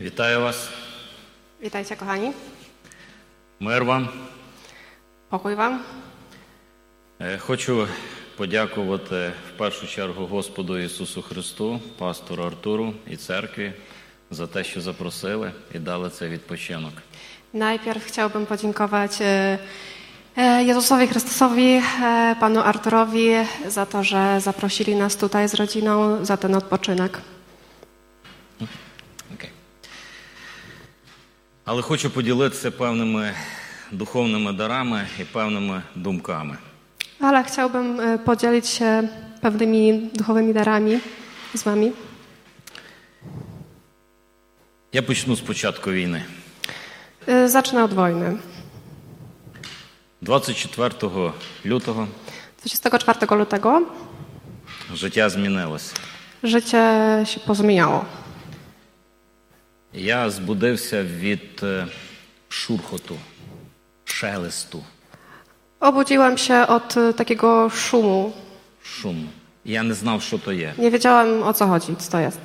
Вітаю вас, Witajcie kochani, мир вам. pokój Wam. Е, Хочу подякувати в першу чергу Господу Ісусу Христу, пастору Артуру і церкві за те, що запросили і дали цей відпочинок. Najpierw chciałbym podziękować e, e, Jezusowi Chrystusowi, e, Panu Arturowi za to, że zaprosili nas tutaj z rodziną za ten odpoczynek. Окей. Але хочу поділитися певними духовними дарами і певними думками. Ale chciałbym e, podzielić się pewnymi duchowymi darami z Wami. Я почну з початку війни. E, Zacznę od wojny. 24 лютого 24 lutego життя змінилося. życie się pozmieniało. Я збудився від е, шурхоту, шелесту, Obudziłam się od e, takiego szumu. шуму. Я не знав, що то є. Nie wiedziałam o co chodzi, co to jest.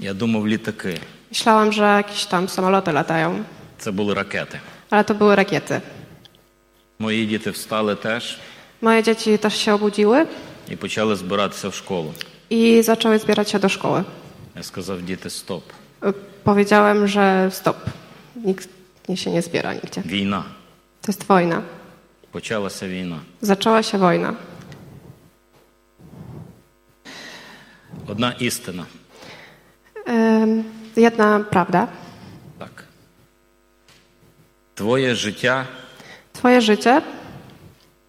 Я думав, літаки. Myślałam, że jakieś tam samoloty latają, Це були ракети. ale to były rakiety. Мої діти встали теж Moje dzieci też się obudziły і почали збиратися в школу. i zaczęły zbierać się do szkoły. Я сказав, діти, стоп. Y, Powiedziałem, że stop, nikt nie się nie zbiera nigdzie. Війна. To jest wojna. Почалася війна. Zaczęła się wojna. Одна істина. Ym, Jedna prawda. Так. Твоє життя Twoje życie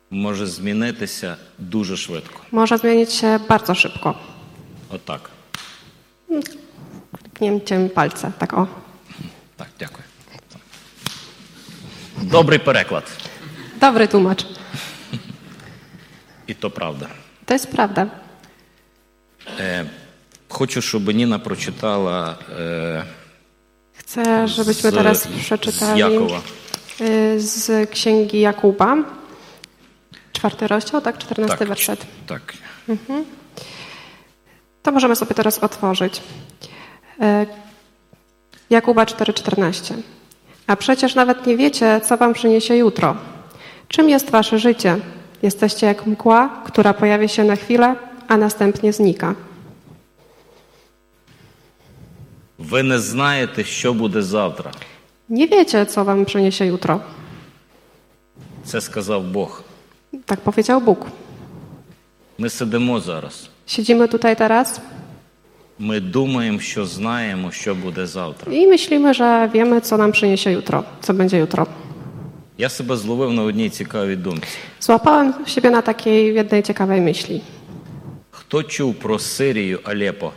може змінитися дуже швидко. może zmienić się bardzo szybko. Отак. Pnięciem palca, tak o. Так, дякую. Добрий переклад. Dobry tłumacz. І то правда. To jest prawda. Хочу, щоб Ніна прочитала е, Chcę, żebyśmy Z- teraz z przeczytali Jakuba. y, z księgi Jakuba, czwarty rozdział, tak, czternasty так, werset. так. To możemy sobie teraz otworzyć. E, Jakuba 4:14. A przecież nawet nie wiecie, co wam przyniesie jutro. Czym jest wasze życie? Jesteście jak mgła, która pojawia się na chwilę, a następnie znika. Ви не знаєте, що буде завтра. Nie wiecie, co wam przyniesie jutro. Це сказав Бог. Tak powiedział Bóg. Ми сидимо зараз. Siedzimy tutaj teraz Ми думаємо, що знаємо, що буде завтра. i myślimy, że wiemy, co nam przyniesie jutro, co będzie jutro. Я себе зловив на одній цікавій думці. Złapałem siebie na takiej jednej ciekawej myśli. Хто чув про Сирію Алепо?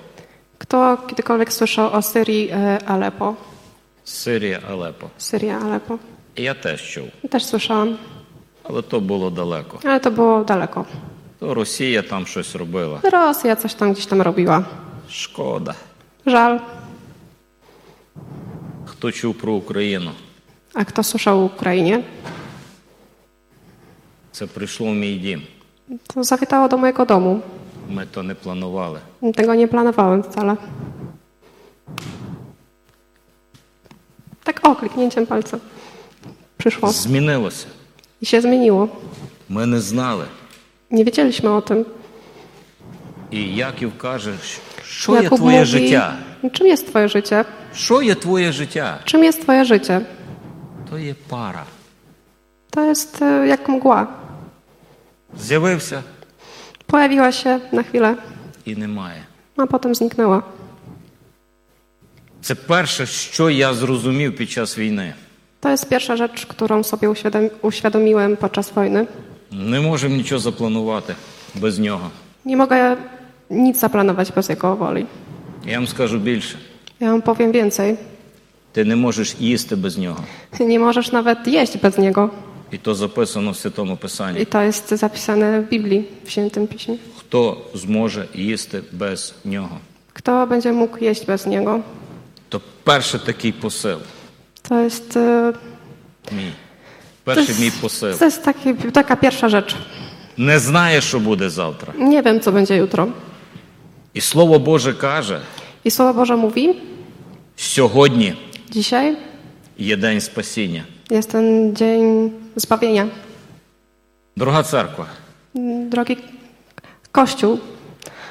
Kto kiedykolwiek słyszał o Syrii e, Alepo? Сирія Алепо. Syria, Alepo. І Я теж чув, Też słyszałam, але то було далеко. ale to było daleko. То Росія там щось робила. Rosja coś tam gdzieś tam robiła. Шкода. Żal. Хто чув про Україну? A kto słyszał o Ukrainie? Це прийшло в мій дім. To zawitało do mojego domu. Ми то не планували. Tego nie planowałem wcale. Tak o, kliknięciem palca. Przyszło Змінилося. i się zmieniło. Ми не знали. Nie wiedzieliśmy o tym. І Яків каже, що є твоє життя? Czym jest twoje życie? Що є твоє життя? Czym jest twoje życie? То є пара. To jest e, jak mgła. З'явився Pojawiła się na chwilę, і немає. a potem zniknęła. Це перше, що я зрозумів під час війни. To jest pierwsza rzecz, którą sobie uświadom- uświadomiłem podczas wojny. Не можемо нічого запланувати без нього. Nie mogę nic zaplanować bez jego woli. Я вам скажу більше: Ja wam powiem więcej. ти не можеш їсти без нього. Nie możesz nawet jeść bez niego. І то zapисано в святому писанні. I to jest zapisane w Biblii, w Świętym Piśmie. Хто зможе їсти без нього? Kto będzie mógł jeść bez niego? То перший такий посил. To jest, e, Мій. to Перший jest, мій посил. to jest taki, taka pierwsza rzecz. Не знаєш, що буде завтра. Nie wiem, co będzie jutro. І Слово Боже каже, I Słowo Boże mówi, Сьогодні Dzisiaj є день спасіння. jest ten dzień zbawienia. Дорога церква, Drogi Kościół,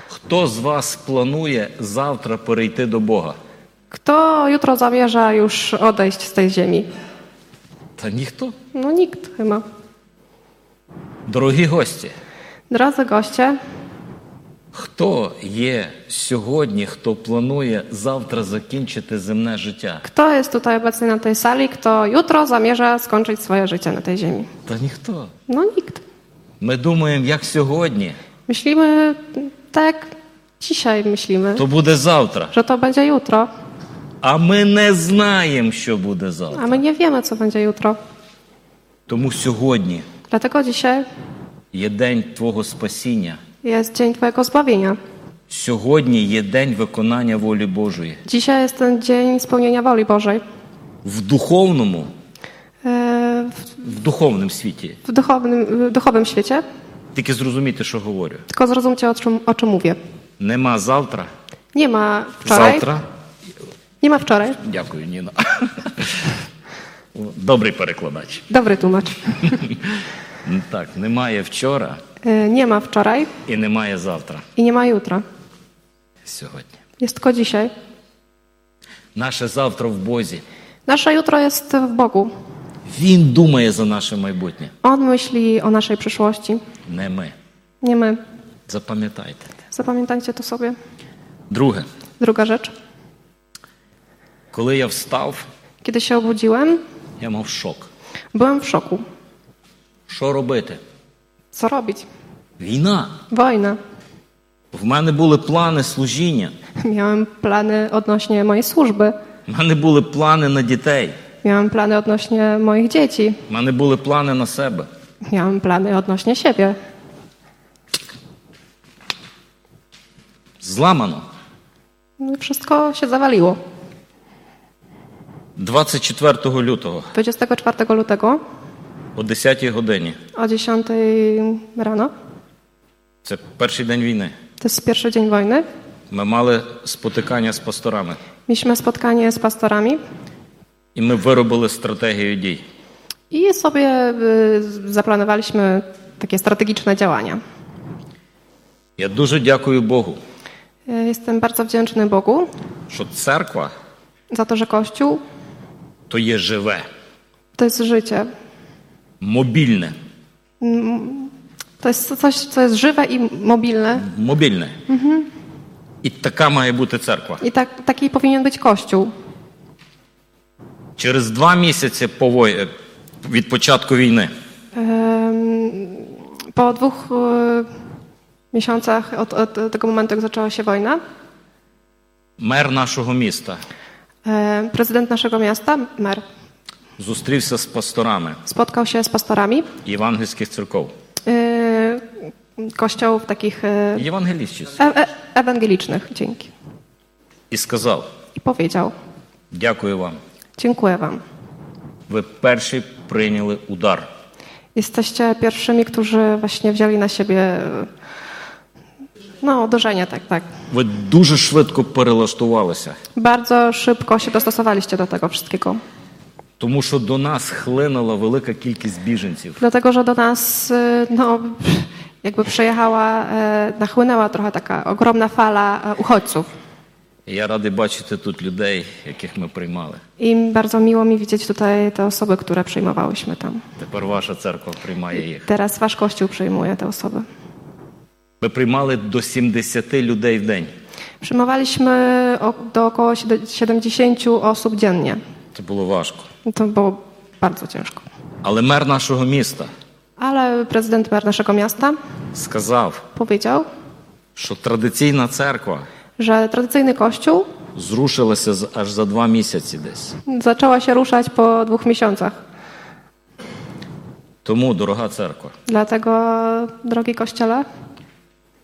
хто з вас планує завтра перейти до Бога? kto jutro zamierza już odejść z tej ziemi? Та ніхто. No nikt chyba. Дорогі гості, Drodzy goście, хто є сьогодні, хто планує завтра закінчити земне життя? kto jest tutaj obecny na tej sali, kto jutro zamierza skończyć swoje życie na tej ziemi? Та ніхто. No nikt. Ми думаємо, як сьогодні, Myślimy tak, dzisiaj myślimy, то буде завтра. że to będzie jutro, А ми не знаємо, що буде завтра. a my nie wiemy, co będzie jutro. Тому сьогодні Dlatego dzisiaj є день Твого спасіння. jest dzień Twojego zbawienia. Сьогодні є день виконання волі Божої. Dzisiaj jest ten dzień spełnienia woli Bożej. В духовному, E, W, в духовному світі. w, duchownym, w duchowym świecie, Тільки zrозумійте, що говорю. tylko zrozumcie, o czym, o czym mówię. Нема завтра. Nie ma wczoraj. Завтра. Nie ma wczoraj. Дякую, Ніна. О, Добрий перекладач. Dobry tłumacz. Так, немає вчора E, Nie ma wczoraj і немає завтра. i nie ma jutra. Сьогодні. Jest tylko dzisiaj. Наше завтра в Бозі. Nasze jutro jest w Bogu. Він думає за наше майбутнє, On myśli o naszej przyszłości, не ми. nie my. Запам'ятайте. Zapamiętajcie to sobie. Друге, Druga rzecz. коли я встав, Kiedy się obudziłem, я мав шок. byłem w szoku. Що робити? Co robić? Війна. Wojna. В мене були плани служіння, Miałem plany odnośnie mojej służby. в мене були плани на дітей, Miałem plany odnośnie moich dzieci. в мене були плани на себе. Miałem plany odnośnie siebie. Зламано. No i Wszystko się zawaliło. 24 лютого 24 lutego о 10 годині. o 10 rano, Це перший день війни. to jest pierwszy dzień wojny, Ми мали спотикання з пасторами, mieliśmy spotkanie z pastorami і ми виробили стратегію дій. i sobie y, zaplanowaliśmy takie strategiczne działania. Я дуже дякую Богу, Y, Jestem bardzo wdzięczny Bogu що церква za to, że Kościół то є живе, To jest życie. мобільне, To jest coś, co jest żywe i mobilne. мобільне. І така має бути церква. I tak, taki powinien być Kościół. Через два місяці по вой- е, від початку війни Em, Po dwóch e, miesiącach od, od tego momentu, jak zaczęła się wojna, мер нашого міста e, prezydent naszego miasta, mer, зустрівся з пасторами spotkał się z pastorami євангельських церков. e, kościołów takich e, Євангелістів. e- e- ewangelicznych. Dzięki. І сказав: I powiedział: Дякую вам. Dziękuję Wam. Ви перші прийняли удар. Jesteście pierwszymi, którzy właśnie wzięli na siebie e, no, uderzenie, tak, tak. Ви дуже швидко перелаштувалися, Bardzo szybko się dostosowaliście do tego wszystkiego. тому що до нас хлинула велика кількість біженців. Dlatego, że do nas y, no, jakby przejechała, e, nachłynęła trochę taka ogromna fala e, uchodźców. І я радий бачити тут людей, jakich ми приймали. I bardzo miło mi widzieć tutaj te osoby, które przyjmowałyśmy tam. Тепер ваша церква приймає їх. Teraz wasz kościół przyjmuje te osoby. Ми приймали до 70 людей в день. Przyjmowaliśmy o, do około siede- 70 osób dziennie. Це було важко. To było bardzo ciężko. Але мер нашого міста Ale prezydent mer naszego miasta сказав, powiedział, що традиційна церква że tradycyjny kościół зрушилася з- аж за два місяці десь. zaczęła się ruszać po dwóch miesiącach. Тому, дорога церква, Dlatego, drogi kościele,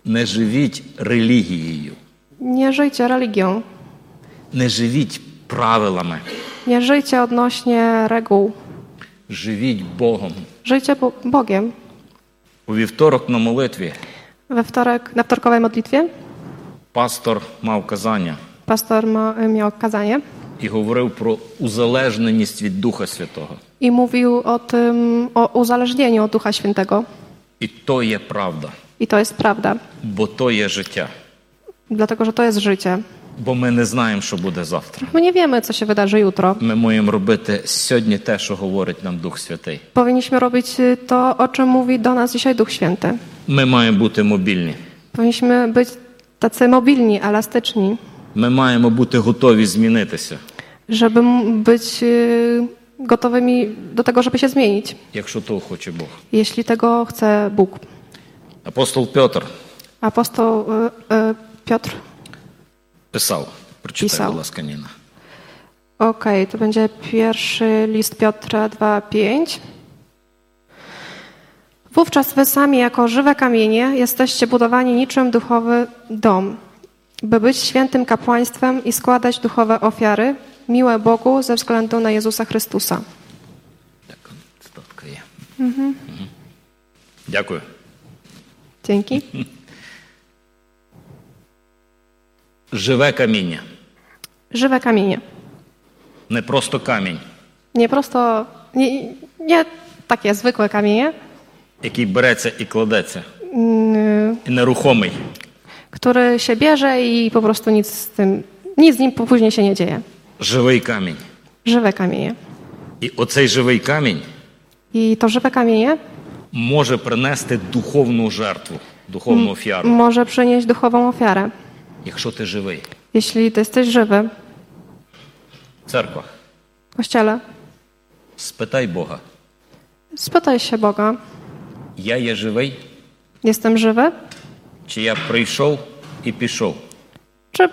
не живіть релігією, nie żyjcie religią, не живіть правилами, nie żyjcie odnośnie reguł, живіть Богом. żyjcie Bo- Bogiem. У вівторок на молитві We wtorek, na wtorkowej modlitwie пастор мав казання. pastor ma, miał kazanie і говорив про узалежненість від Духа Святого. i mówił o tym, o uzależnieniu od Ducha Świętego. І то є правда, I to jest prawda, бо то є життя. dlatego że to jest życie. Бо ми не знаємо, що буде завтра. My nie wiemy, co się wydarzy jutro. Ми маємо робити сьогодні те, що говорить нам Дух Святий. Powinniśmy robić y, to, o czym mówi do nas dzisiaj Duch Święty. Ми маємо бути мобільні. Powinniśmy być tacy mobilni, elastyczni, Ми маємо бути готові zмінитися. żeby m- być y, gotowymi do tego, żeby się zmienić, якщо того хоче Бог. jeśli tego chce Bóg. Апостол Петр Apostoł y, y, Piotr, писав, прочитай, Писав. будь ласка, Ніна. Okej, to będzie pierwszy list Piotra 2:5. Wówczas wy sami jako żywe kamienie jesteście budowani niczym duchowy dom, by być świętym kapłaństwem i składać duchowe ofiary miłe Bogu ze względu na Jezusa Chrystusa. Так, цитатка є. Мгм. Дякую. Dzięki. Живе каміння, Żywe kamienie. не просто камінь, Nie prosto nie, nie takie zwykłe kamienie, який береться і кладеться, mm, і нерухомий. który się bierze i po prostu nic z tym nic z nim później się nie dzieje. Живий камінь. Żywe kamienie. І оцей живий камінь I to żywe kamienie може принести духовну жертву, духовну офіару, może przynieść duchową ofiarę, якщо ти живий. jeśli ty jesteś żywy. Церква, Kościele, спитай Бога, spytaj się Boga, я є живий, jestem żywy? чи я прийшов і пішов? Czy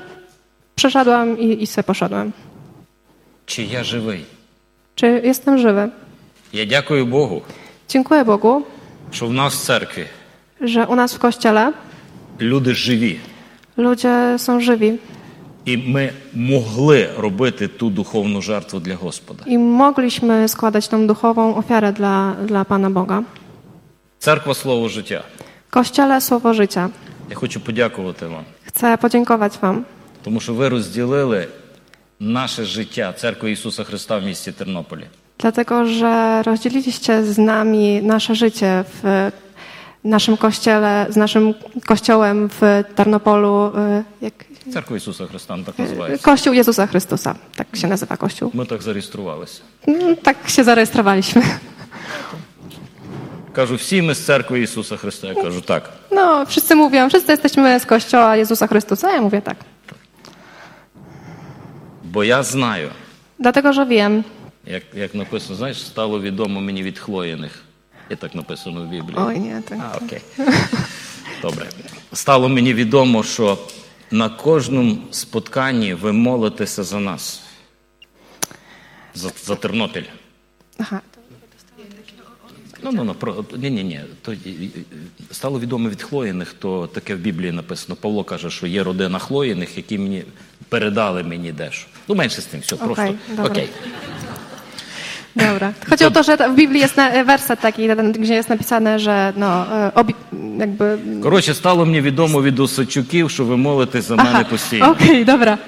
przeszedłem i, i se poszedłem? Чи я живий? Czy jestem żywy? Я дякую Богу, Dziękuję Bogu, що в нас в церкві że u nas w Kościele люди живі, ludzie są żywi і ми могли робити ту духовну жертву для Господа. i mogliśmy składać tą duchową ofiarę dla, dla Pana Boga. Церква слово життя. Kościele, słowo życia. Я хочу подякувати вам, Chcę podziękować Wam, тому що ви розділили наше життя церкви Ісуса Христа в місті Тернополі. dlatego że rozdzieliliście z nami nasze życie w naszym kościele, z naszym kościołem w Tarnopolu. y, Jak, Церква Ісуса Христа вона так називається. kościół Jezusa Chrystusa, tak się nazywa kościół. Ми так зареєструвалися. Mm, Tak się zarejestrowaliśmy. Кажу, всі ми з церкви Ісуса Христа. Я кажу, так. No, wszyscy mówią, wszyscy jesteśmy z kościoła Jezusa Chrystusa. Ja mówię tak. Бо я знаю, Dlatego, że wiem, як, як написано, знаєш, стало відомо мені від хлоєних. І так написано в Біблії. oj nie, to, А, окей. Добре. Стало мені відомо, що на кожному спотканні ви молитеся за нас. За, за Тернопіль. aha, Ну, ну, ну, про, ні, ні, ні. То, і- і- і- стало відомо від Хлоїних, то таке в Біблії написано. Павло каже, що є родина Хлоїних, які мені передали мені дещо. Ну, менше з тим, все, Окей, просто. добре. Окей. dobra. Chodzi o to, że ta- w Biblii jest na- werset taki, ten, gdzie jest napisane, że no, y, obi, jakby... Коротше, стало мені відомо від Осадчуків, що ви молитесь за мене постійно. Okej, dobra.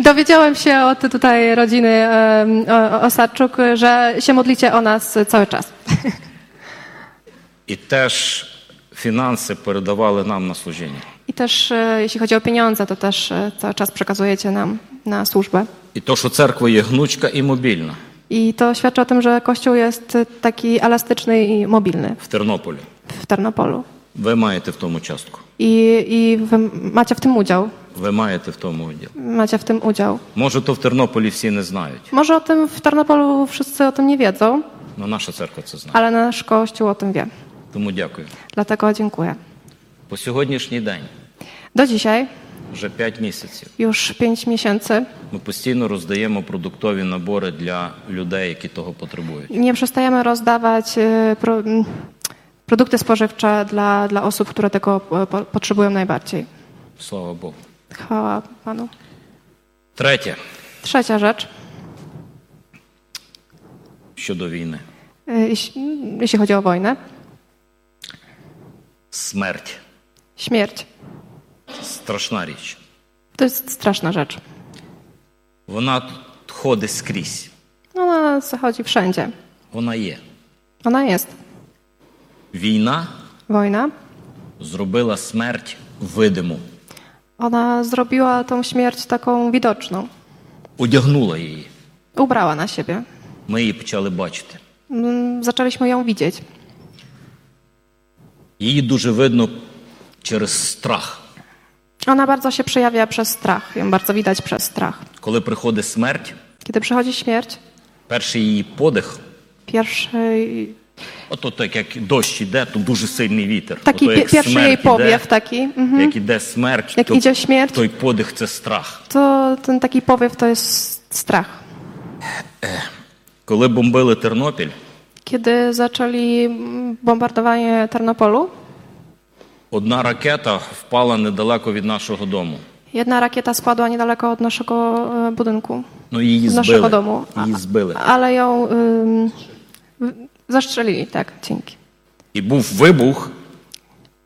Dowiedziałem się od tutaj rodziny em, o- o- Osarczuk, że się modlicie o nas cały czas. І теж фінанси передавали нам на служіння. I też e, jeśli chodzi o pieniądze, to też e, cały czas przekazujecie nam na służbę. І то, що церква є гнучка і мобільна I to świadczy o tym, że Kościół jest taki elastyczny i mobilny в Тернополі, w Ternopolu. ви maєте в тому частку, I, i wy macie w tym udział. ви маєте в тому уділ. Macie w tym udział. Може, то в Тернополі всі не знають, Może o tym w Tarnopolu wszyscy o tym nie wiedzą, але наша церква це знає. ale nasz Kościół o tym wie. Тому дякую. Dlatego dziękuję. По сьогоднішній день, Do dzisiaj, вже 5 mісяців, już pięć miesięcy, ми постійно роздаємо продуктові набори для людей, які того потребують. nie przestajemy rozdawać e, pro, m, produkty spożywcze dla, dla osób, które tego e, po, potrzebują najbardziej. Слава Богу. Chwała Panu. Третє Trzecia rzecz, щодо війни e, jeśli, jeśli chodzi o wojnę, смерть. śmierć. Страшна річ. To jest straszna rzecz. Вона ходить скрізь. Ona zachodzi wszędzie. Вона є. Ona jest. Війна Wojna. зробила смерть видиму, Ona zrobiła tą śmierć taką widoczną. одягнула її. Ubrała na siebie. Ми її почали bачити. Mm, Zaczęliśmy ją widzieć. Її дуже видно через страх. Ona bardzo się przejawia przez strach. Ją bardzo widać przez strach. Коли приходить смерть, Kiedy przychodzi śmierć, перший її подих, pierwszy ото так як дощ іде, то дуже сильний вітер. Taki ото, pie- як pierwszy jej смерть іде, powiew taki, mhm. Як іде смерть, Jak то, idzie śmierć? той подих це страх. to ten taki powiew to jest strach. Коли бомбили Тернопіль, Kiedy zaczęli mm, bombardowanie Ternopolu, одна ракета впала недалеко від нашого дому. jedna rakieta spadła niedaleko od naszego e, budynku, Ну її od збили. naszego domu, a- Її збили. ale ją ym, w- zastrzelili, tak, dzięki. І був вибух,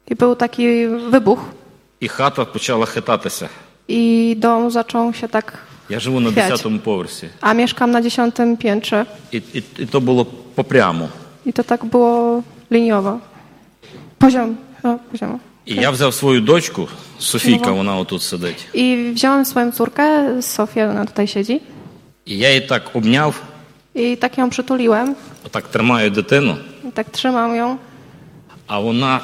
I był taki wybuch і хата почала хитатися. i dom zaczął się tak, Я живу на П'ять. 10-му поверсі. a mieszkam na dziesiątym piętrze І, і, і то було попряму. i to tak było liniowo. Poziom, no, poziom. І я взяв свою дочку, Софійка, вона отут сидить. I wziąłem swoją córkę, Sofię, ona tutaj siedzi, І я її так обняв, i tak ją przytuliłem, отак тримаю дитину, i tak trzymam ją. а вона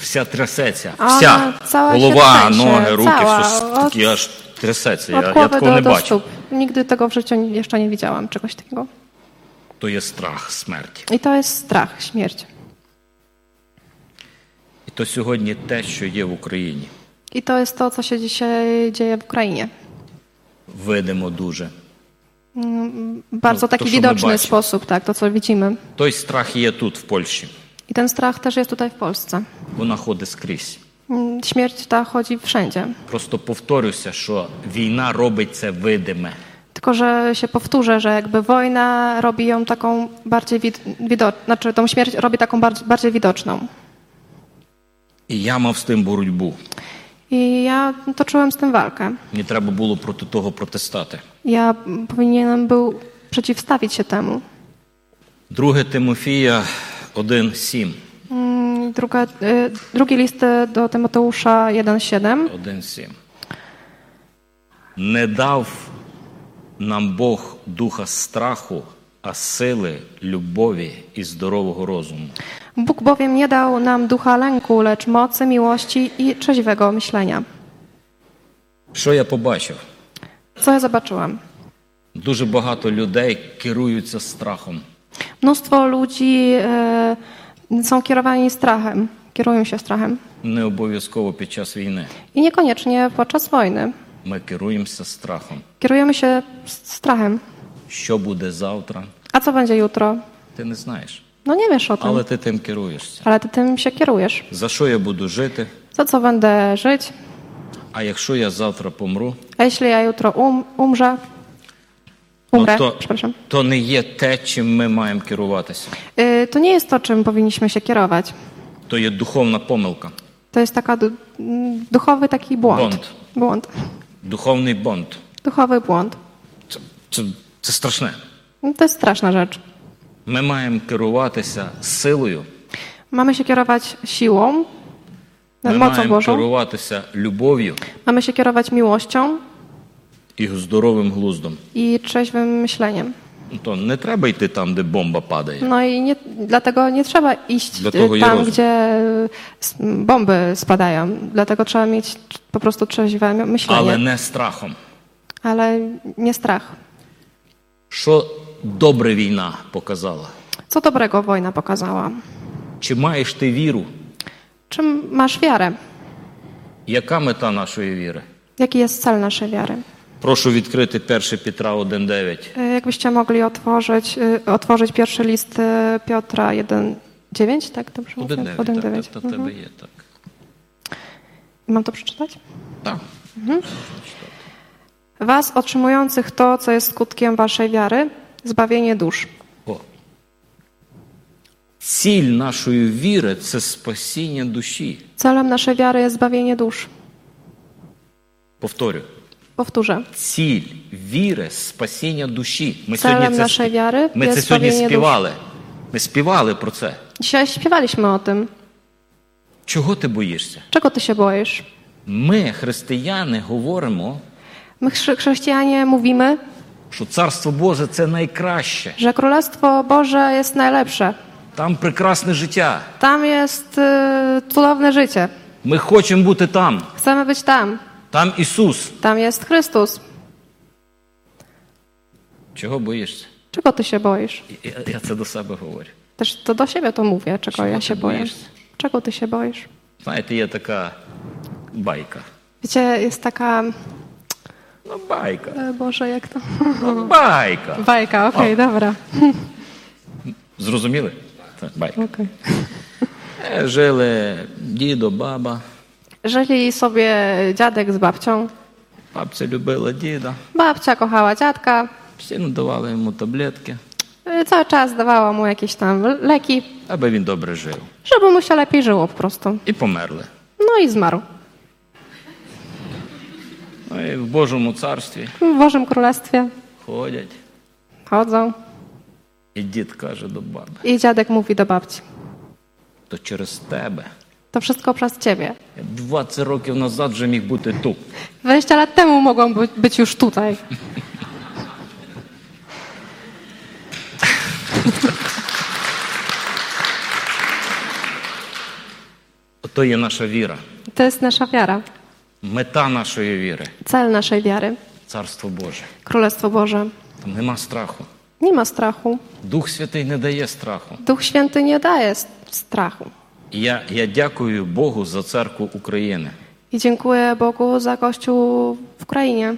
вся трясеться. А вона Вся. цała się Голова, трясе, ноги, руки, цała. все с- От- такі аж трясеться. Я, Od я głowy такого do, не do бачив. stóp. Nigdy tego w życiu jeszcze nie widziałam, czegoś takiego. То є страх смерті. I to jest strach, śmierć. І то сьогодні те, що є в Україні. I to jest to, co się dzisiaj dzieje w Ukrainie. Видимо дуже. Bardzo No, to taki są widoczny zobaczy. sposób, tak, to co widzimy. Той страх є тут, в Польщі. I ten strach też jest tutaj w Polsce. Вона ходить скрізь. Mm, Śmierć ta chodzi wszędzie. Просто повторюся, що війна робить це видиме. Tylko, że się powtórzę, że jakby wojna robi ją taką bardziej wid- widoczną, znaczy tą śmierć robi taką bardziej, bardziej widoczną. І я мав з тим боротьбу. I ja toczyłem z tym walkę. Мені треба було проти того протестати. Ja powinienem był przeciwstawić się temu. 2 Тимофія 1.7. Mm, Druga, y, drugi list do Tymoteusza 1,7. 1.7. Не дав нам Бог духа страху, а сили, любові і здорового розуму. Bóg bowiem nie dał nam ducha lęku, lecz mocy, miłości i trzeźwego myślenia. Що я побачив? Co ja zobaczyłam? Дуже багато людей керуються страхом. Mnóstwo ludzi y, są kierowani strachem, kierują się strachem. Не обов'язково під час війни. I niekoniecznie podczas wojny. Ми керуємося страхом. Kierujemy się s- strachem. Що буде завтра, A co będzie jutro? ти не знаєш. No nie wiesz o tym, Але ти тим керуєшся. ale ty tym się kierujesz. За що я буду жити? Za co będę żyć? А якщо я завтра помру, ну, A jeśli ja jutro um, umrę? Umrę, то, przepraszam. то не є те, чим ми маємо керуватися. Y, To nie jest to, czym powinniśmy się kierować. То є духовна помилка, To jest taka du- mm, duchowy taki błąd. Błąd. Błąd. духовний бонд. Duchowy błąd. Це, це, це страшне. No To jest straszna rzecz. Ми maємо керуватися силою, Mamy się kierować siłą, ми mocą маємо Bożą. керуватися любов'ю Mamy się kierować miłością і здоровим глуздом. i trzeźwym myśleniem. Ну, То не треба йти там, де бомба падає. No i nie, dlatego nie trzeba iść Dlatego y, ja tam, rozum- gdzie y, s- bomby spadają. Dlatego trzeba mieć po prostu trzeźwe mi- myślenie. Але Ale, не страхом. nie strach. Що добре війна показала? Co dobrego wojna pokazała? Чи маєш ти віру? Czym masz wiarę? Яка мета нашої віри? Jaki jest cel naszej wiary? Прошу відкрити 1 Петра 1.9. E, Jakbyście mogli otworzyć, e, otworzyć pierwszy list e, Piotra 1.9, tak? Dobrze mówię? 1.9, 1.9. так, то Mhm. тебе є так. Mam to przeczytać? Так. Was otrzymujących to, co jest skutkiem waszej wiary, zbawienie dusz. О. Ціль нашої віри це спасіння душі. Celem naszej wiary jest zbawienie dusz. Повторю, Powtórzę. Ціль віри спасіння душі. Ми Celem сьогодні це, naszej спі- wiary ми це jest сьогодні zbawienie dusz. співали. Ми spівали про це. Dzisiaj śpiewaliśmy o tym. Чого ти боїшся? Czego ty się boisz? Ми, християни, говоримо, My chrze- chrześcijanie mówimy, що Царство Боже це найкраще. że Królestwo Boże jest najlepsze. Там прекрасне життя. Tam jest y, cudowne życie. Ми хочемо бути там. Chcemy być tam. Там Ісус. Tam jest Chrystus. Czego boisz się? Czego ty się boisz? Ja, ja co do sobie mówię. Też to do siebie to mówię, czego Czego ja ty się boję. boisz? Czego ty się boisz? Знаєте, є така байка. Wiecie, jest taka... Ну, байка. e, Boże, jak to? Ну, байка. Bajka, okej, dobra. Зрозуміли? Це байка. Okej. Е, Жили дідо, баба. Żyli sobie dziadek z babcią. Бабця любила діда. Babcia kochała dziadka. Постійно давали йому таблетки, y, Cały czas dawała mu jakieś tam leki, аби він добре жив. żeby mu się lepiej żyło po prostu. І померли. No i zmarł. Ну і в Божому царстві W Bożym Królestwie ходять. chodzą І дід каже до баби: i dziadek mówi do babci. то через тебе. To wszystko przez ciebie. Я 20 років назад вже міг бути тут. 20 lat temu mogłam by- być już tutaj. Ото є наша віра. To jest nasza wiara, Мета нашої віри cel naszej wiary, Царство Боже. Królestwo Boże. Там нема страху. Nie ma strachu. Дух Святий не дає страху. Duch Święty nie daje s- strachu. І Я, я дякую Богу за церкву України. I dziękuję Bogu za Kościół w Ukrainie.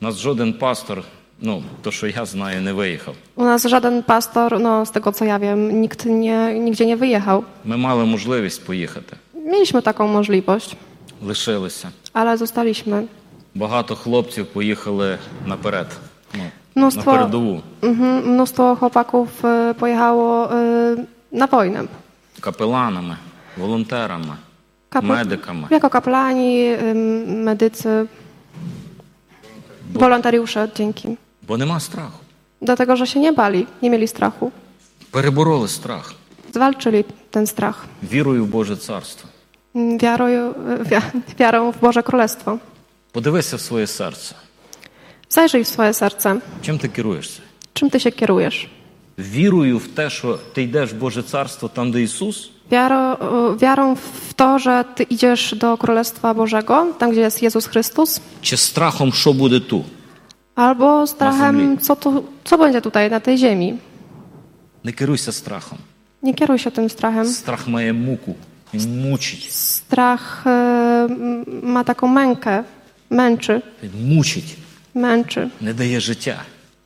Нас жоден пастор, ну то що я знаю, не виїхав. U nas żaden pastor, no z tego co ja wiem, nikt nie, nigdzie nie wyjechał. Ми мали можливість поїхати, Mieliśmy taką możliwość, лишилися. ale zostaliśmy. Багато хлопців поїхали наперед. Ну, Mnóstwo, на передову. Mhm, mnóstwo chłopaków y, pojechało y, na wojnę. Капеланами, волонтерами, Kapu- медиками. Jako kapelani, y, medycy, wolontariusze, dzięki. Бо нема страху. Dlatego, że się nie bali, nie mieli strachu. Перебороли страх Zwalczyli ten strach вірою в Боже Царство. Mm, wiarą, y, wia- wiarą w Boże Królestwo. Подивися в своє серце. Zajrzyj w swoje serce. Чим ти керуєшся? Czym ty się kierujesz? Вірою в те, що ти йдеш в Боже Царство там, де Ісус, Wiaro, y, wiarą w to, że ty idziesz do Królestwa Bożego, tam gdzie jest Jezus Chrystus, чи strachом, що буде тут? albo ziemi. strachem, co, tu, co będzie tutaj na tej ziemi. Не керуйся страхом. Nie kieruj się tym strachem. Страх має муку, він мучить. Strach y, m- ma taką mękę. Męczy, Він мучить, męczy. не дає життя.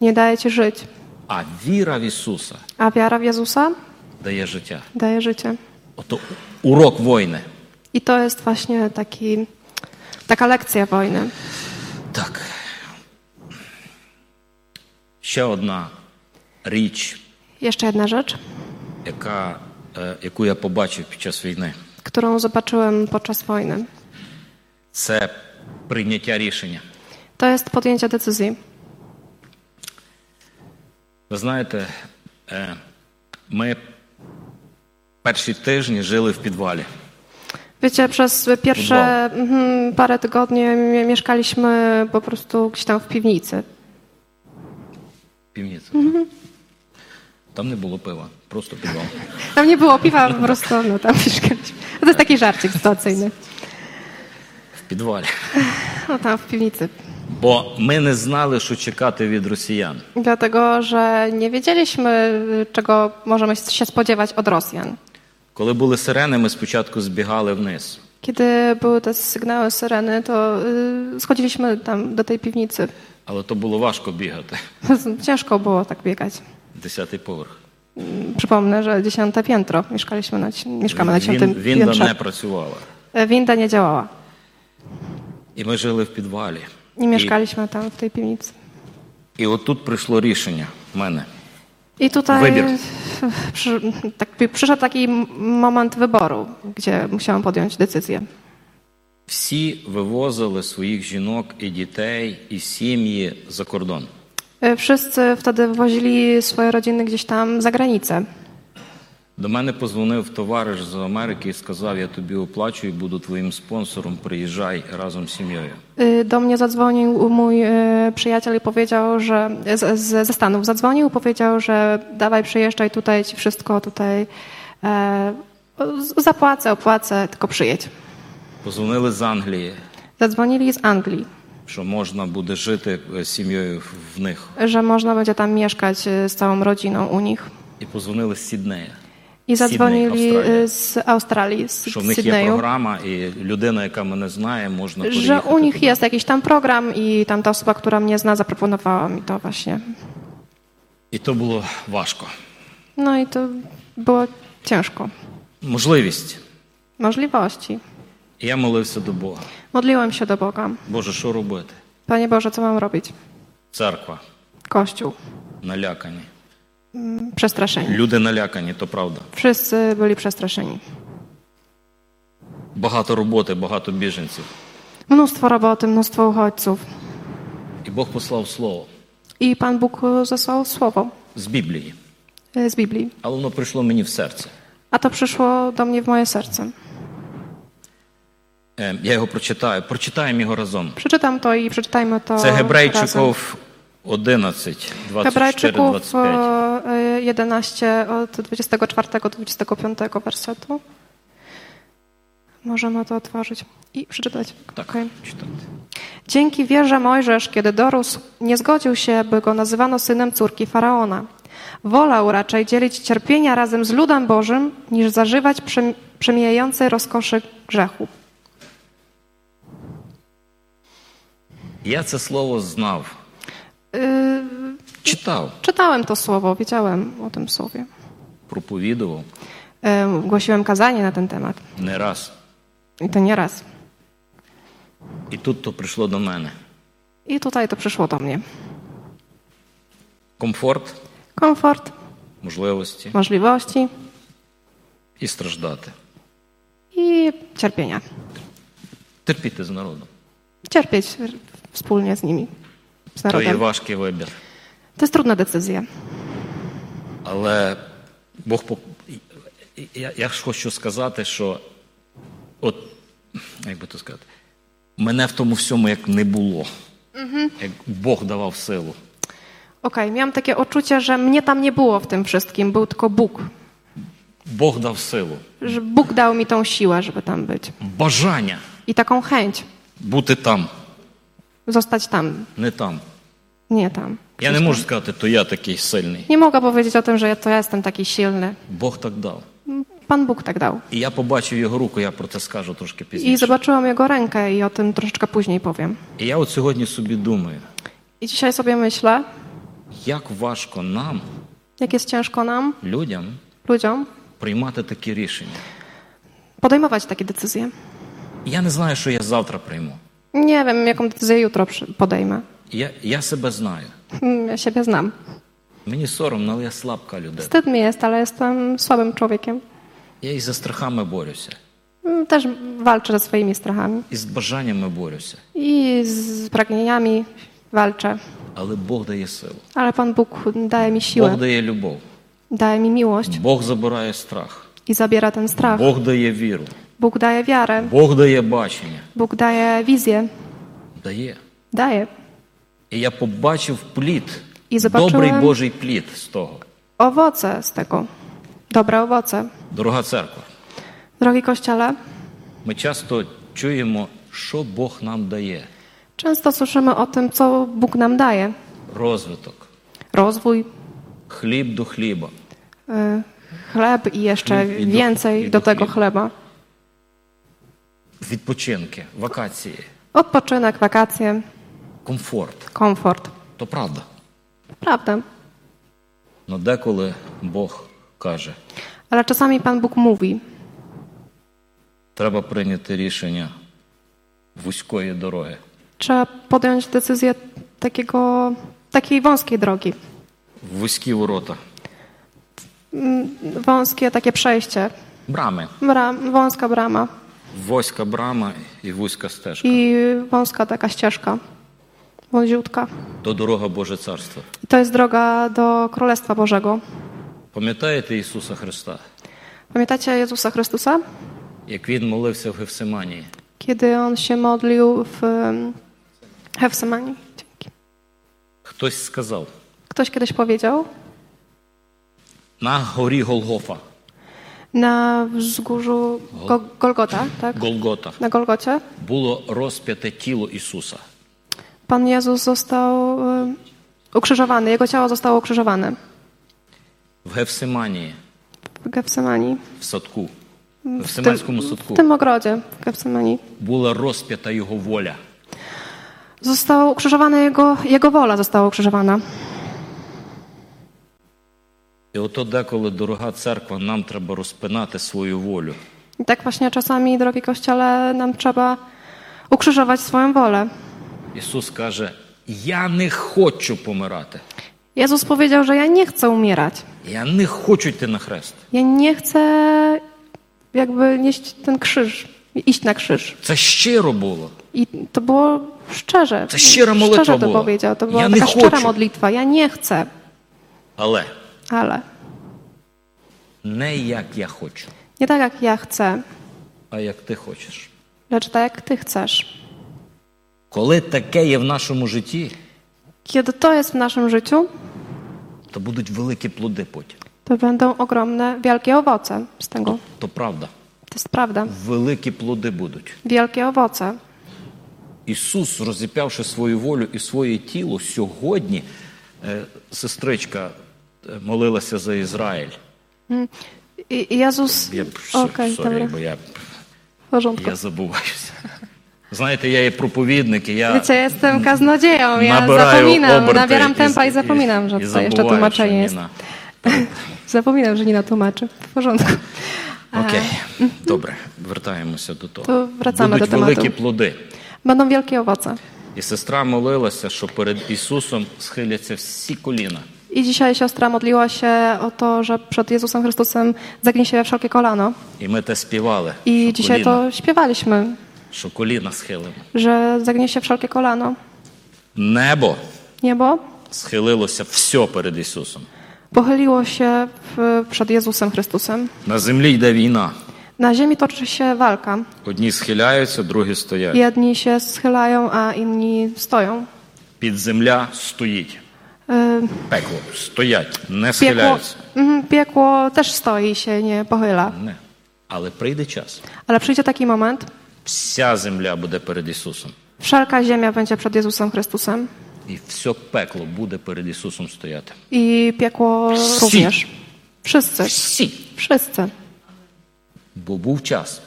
Nie daje ci żyć. А віра в Ісуса A wiara w Jezusa дає життя. daje życie. Ото урок війни. I to jest właśnie taki, taka lekcja wojny. Так. Ще одна річ, Jeszcze jedna rzecz, яка, е, яку я побачив під час війни, którą zobaczyłem podczas wojny. це прийняття рішення. To jest podjęcie decyzji. Ви знаєте, е, ми перші тижні жили в підвалі. Wiecie, przez pierwsze mhm, parę tygodni mie- mieszkaliśmy po prostu gdzieś tam w piwnicy. Півніця. Tam не було пива, просто підвал. Tam nie było piwa, po prostu no, tam mieszkaliśmy. To jest taki żarcik sytuacyjny. В підвалі. No tam w piwnicy. Бо ми не знали, що чекати від росіян. Dlatego, że nie wiedzieliśmy, czego możemy się spodziewać od Rosjan. Коли були сирени, ми спочатку збігали вниз. Kiedy były te sygnały syreny, to y, schodziliśmy tam do tej piwnicy. Але то було важко бігати. Ciężko było tak biegać. Десятий поверх. Przypomnę, że dziesiąte piętro. Mieszkaliśmy na, mieszkamy na Він, dziesiątym вінда не piętrze. працювала. E, Winda nie działała. І ми жили в підвалі. I mieszkaliśmy tam w tej piwnicy. І отут прийшло рішення в мене. I tutaj Wybiór. przy, tak, przyszedł taki moment wyboru, gdzie musiałam podjąć decyzję. Всі вивозили своїх жінок і дітей, і сім'ї за кордон. E, Wszyscy wtedy wywozili swoje rodziny gdzieś tam za granicę. До мене позвонив товариш з Америки і сказав: Я тобі оплачую, буду твоїм спонсором. Приїжджай razem з сім'єю. Y, Do mnie zadzwonił mój y, przyjaciel i powiedział, że z, z, ze Stanów zadzwonił, powiedział, że dawaj przyjeżdżaj tutaj, ci wszystko tutaj e, z- zapłacę, opłacę, tylko przyjedź. Позвонили з Англії, Zadzwonili z Anglii, що можна буде жити е, з сім'єю в них, że można będzie tam mieszkać y, z całą rodziną u nich. і позвонили з Сіднея. I Sydney, zadzwonili Australia. y, z Australii, z Що в z них є Sydneyu, програма, і людина, яка мене знає, можна że u приїхати. nich jest jakiś tam program i tam ta osoba, która mnie zna, zaproponowała mi to właśnie. І то було важко. No i to było ciężko. Можливість. Możliwości. І Я молився до Бога. Modliłem się do Boga. Боже, що робити? Panie Boże, co mam robić? Церква Kościół. налякані. Przestraszeni. Люди налякані, то правда. Wszyscy byli przestraszeni. Багато роботи, багато біженців. Mnóstwo roboty, mnóstwo uchodźców. І Бог послав слово I Pan Bóg zasłał słowo з Біблії, y, z Biblii. але воно прийшло мені в серце. A to przyszło do mnie w moje serce. Е, Я його прочитаю. Прочитаємо його разом. Przeczytam to i przeczytajmy to Це razem. Гебрейчиков 11, 24, Hebrajczyków 25. e, 11 od 24 do 25 wersetu. Możemy to otworzyć i przeczytać. Так, Okej. читайте. Dzięki wierze Mojżesz, kiedy dorósł, nie zgodził się, by go nazywano synem córki faraona. Wolał raczej dzielić cierpienia razem z ludem Bożym, niż zażywać przem- przemijającej rozkoszy grzechu. Я це слово знав, Yy, читав, czytałem to słowo, wiedziałem o tym słowie. проповідував Yy, głosiłem kazanie na ten temat не раз. i to nieraz. І тут то прийшло до мене. I tutaj to przyszło do mnie. Комфорт, Komfort, можливості możliwości і страждати. i cierpienia. Терпіти з народом. Cierpieć wspólnie z nimi, z То є narodem. важкий вибір. To jest trudna decyzja. Але Бог пок- я, я ж хочу сказати, що от як би то сказати, мене в тому всьому як не було. Як Бог давав силу. Okej, miałam takie odczucie, że mnie tam nie było w tym wszystkim, był tylko Bóg. Бог дав силу, Że Bóg dał mi tą siłę, żeby tam być. бажання I taką chęć бути там, zostać tam, не там. nie tam. Я не можу сказати, то я такий сильний. Nie mogę powiedzieć o tym, że ja to ja jestem taki silny. Бог так дав. Pan Bóg tak dał. І я побачив його руку, я про це скажу трошки I пізніше. zobaczyłam jego rękę i o tym troszeczkę później powiem. І я от сьогодні собі думаю, I dzisiaj sobie myślę, як важко нам, jak jest ciężko nam, людям, ludziom, приймати такі рішення. podejmować takie decyzje. Я не знаю, що я завтра прийму. Nie wiem, jaką decyzję jutro przy- podejmę. Я, я себе знаю. Mm, Ja siebie znam. Мені соромно, але я слабка людина. Wstyd mi jest, ale jestem słabym człowiekiem. Я і за страхами борюся, Mm, Też walczę ze swoimi strachami. і з бажаннями борюся. I z pragnieniami walczę. Але Бог дає силу, Ale Pan Bóg daje mi Бог siłę, дає любов, daje mi miłość Бог забирає страх, i zabiera ten strach. Бог дає віру, Bóg daje wiarę, Бог дає бачення. Bóg daje wizję, Дає. daje. І я побачив плід, І забачила- добрий Божий плід з того. Owoce z tego, dobre owoce. Дорога церква, Drogi Kościele, ми часто чуємо, що Бог нам дає: często słyszymy o tym, co Bóg nam daje. розвиток, Rozwój, хліб до хліба. y, chleb i jeszcze I do- i więcej do do tego chleba. chleba. Відпочинки, вакації, Odpoczynek, wakacje, комфорт. komfort. То правда. Prawda. Но деколи Бог каже, Ale czasami Pan Bóg mówi, треба прийняти рішення вузької дороги. trzeba podjąć decyzję takiego, takiej wąskiej drogi. Вузькі ворота, Wąskie takie przejście, брами. Bram, wąska brama. Воська брама і вузька стежка. i wąska taka ścieżka, wąziutka. То дорога Боже Царство. I to jest droga do Królestwa Bożego. Пам'ятаєте Ісуса Христа, Pamiętacie Jezusa Chrystusa? як Він молився в Гефсиманії? Kiedy on się modlił w em, Hefsemanii. Dzięki. Хтось сказав: Ktoś kiedyś powiedział, на горі Голгофа, na wzgórzu Go- Golgota, tak? Голгота, Na Golgocie, було розп'яте тіло Ісуса. Pan Jezus został em, ukrzyżowany, jego ciało zostało ukrzyżowane В Гефсиманії, w Gefsemanii, в садку, в tym- Гефсиманському w садку, tym ogrodzie w Gefsemanii. була розп'ята Його воля. Został ukrzyżowany jego, jego wola została ukrzyżowana. І ото деколи, дорога церква, нам треба розпинати свою волю. I tak właśnie czasami, drogi Kościele, nam trzeba ukrzyżować swoją wolę. Ісус каже: Я не хочу помирати. Jezus powiedział, że ja nie chcę umierać. Я не хочу йти на хрест. Ja nie chcę jakby nieść ten krzyż, iść na krzyż. Це щиро було. I to było szczerze. To szczera szczerze modlitwa to była. powiedział. To Ja była nie taka szczera chcę. modlitwa. Ja nie chcę, Але ale не як я хочу, nie tak jak ja chcę, а як ти хочеш. lecz tak jak ty chcesz. Коли таке є в нашому житті, Kiedy to jest w naszym życiu, то будуть великі плоди потім. to będą ogromne, wielkie owoce z tego. То правда, To jest prawda. великі плоди будуть. Wielkie owoce. Ісус, розіп'явши свою волю і своє тіло, сьогодні е, сестричка е, молилася за Ізраїль. I i Jezus. Я б- все, Okej, sorry, dobra, бо я, w porządku. я забуваюся. Знаєте, я є проповідник, і я Wiecie, ja jestem kaznodzieją, ja Nabirają zapominam, obroty nabieram i- tempa i, i- zapominam, że i tutaj jeszcze zawołają tłumaczenie jest. Szymina. Zapominam, że Nina tłumaczy. W porządku. E, Окей, добре, вертаємося до того. То вертаємо Будуть до темату. великі плоди. Będą wielkie owoce. І сестра молилася, що перед Ісусом схиляться всі коліна. I dzisiaj siostra modliła się o to, że przed Jezusem Chrystusem zagnie się wszelkie kolano. І ми те співали. I що, dzisiaj коліна, to śpiewaliśmy, що коліна схилимо. że zagnie się wszelkie kolano. Небо Niebo схилилося все перед Ісусом. pochyliło się w, przed Jezusem Chrystusem. На землі йде війна. Na ziemi toczy się walka. Одні схиляються, другі стоять. Jedni się schylają, a inni stoją. Під земля стоїть. Y, Пекло стоять, не Piekło, схиляються. mhm, piekło też stoi i się nie pochyla. Не. Але прийде час. Ale przyjdzie taki moment, Вся земля буде перед Ісусом. wszelka ziemia będzie przed Jezusem Chrystusem І все пекло буде перед Ісусом стояти. i piekło Wszyscy. również. Wszyscy, Всі. wszyscy. Бо був час,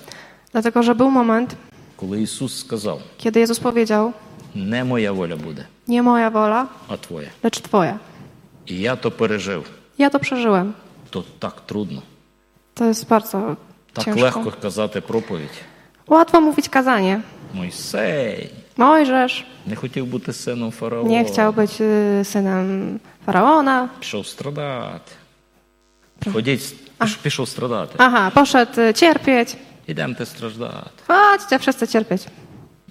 Dlatego, że był moment, коли Ісус сказав: kiedy Jezus powiedział, не моя воля буде, nie moja wola, а твоя. lecz Twoja. І я то пережив. Ja to przeżyłem. То так трудно, To jest bardzo так ciężko. легко казати проповідь. Łatwo mówić kazanie. Мойсей Mojżesz не хотів бути сином фараона. nie chciał być y, synem Faraona. Пішов страдати. Ходіть, піш- пішов страдати. Aha, poszedł y, cierpieć. Ідемте страждати. Chodźcie wszyscy cierpieć.